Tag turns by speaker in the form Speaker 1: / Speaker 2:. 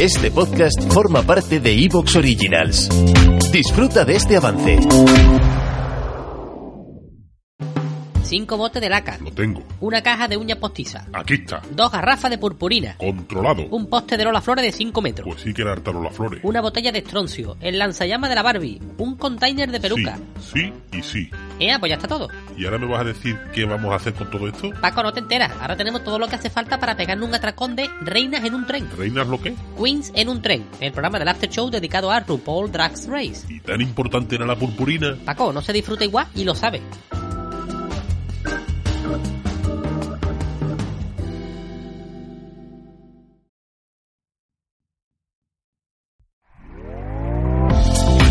Speaker 1: Este podcast forma parte de Evox Originals. Disfruta de este avance.
Speaker 2: Cinco botes de laca.
Speaker 3: Lo tengo.
Speaker 2: Una caja de uña postiza.
Speaker 3: Aquí está.
Speaker 2: Dos garrafas de purpurina.
Speaker 3: Controlado.
Speaker 2: Un poste de Lola Flores de 5 metros.
Speaker 3: Pues sí que era hartaron las flores.
Speaker 2: Una botella de estroncio. El lanzallamas de la Barbie. Un container de peluca.
Speaker 3: Sí, sí y sí.
Speaker 2: Ea, pues ya está todo.
Speaker 3: ¿Y ahora me vas a decir qué vamos a hacer con todo esto?
Speaker 2: Paco, no te enteras. Ahora tenemos todo lo que hace falta para pegarnos un atracón de reinas en un tren.
Speaker 3: ¿Reinas lo qué?
Speaker 2: Queens en un tren. El programa del After Show dedicado a RuPaul Drags Race.
Speaker 3: ¿Y tan importante era la purpurina?
Speaker 2: Paco, no se disfruta igual y lo sabes.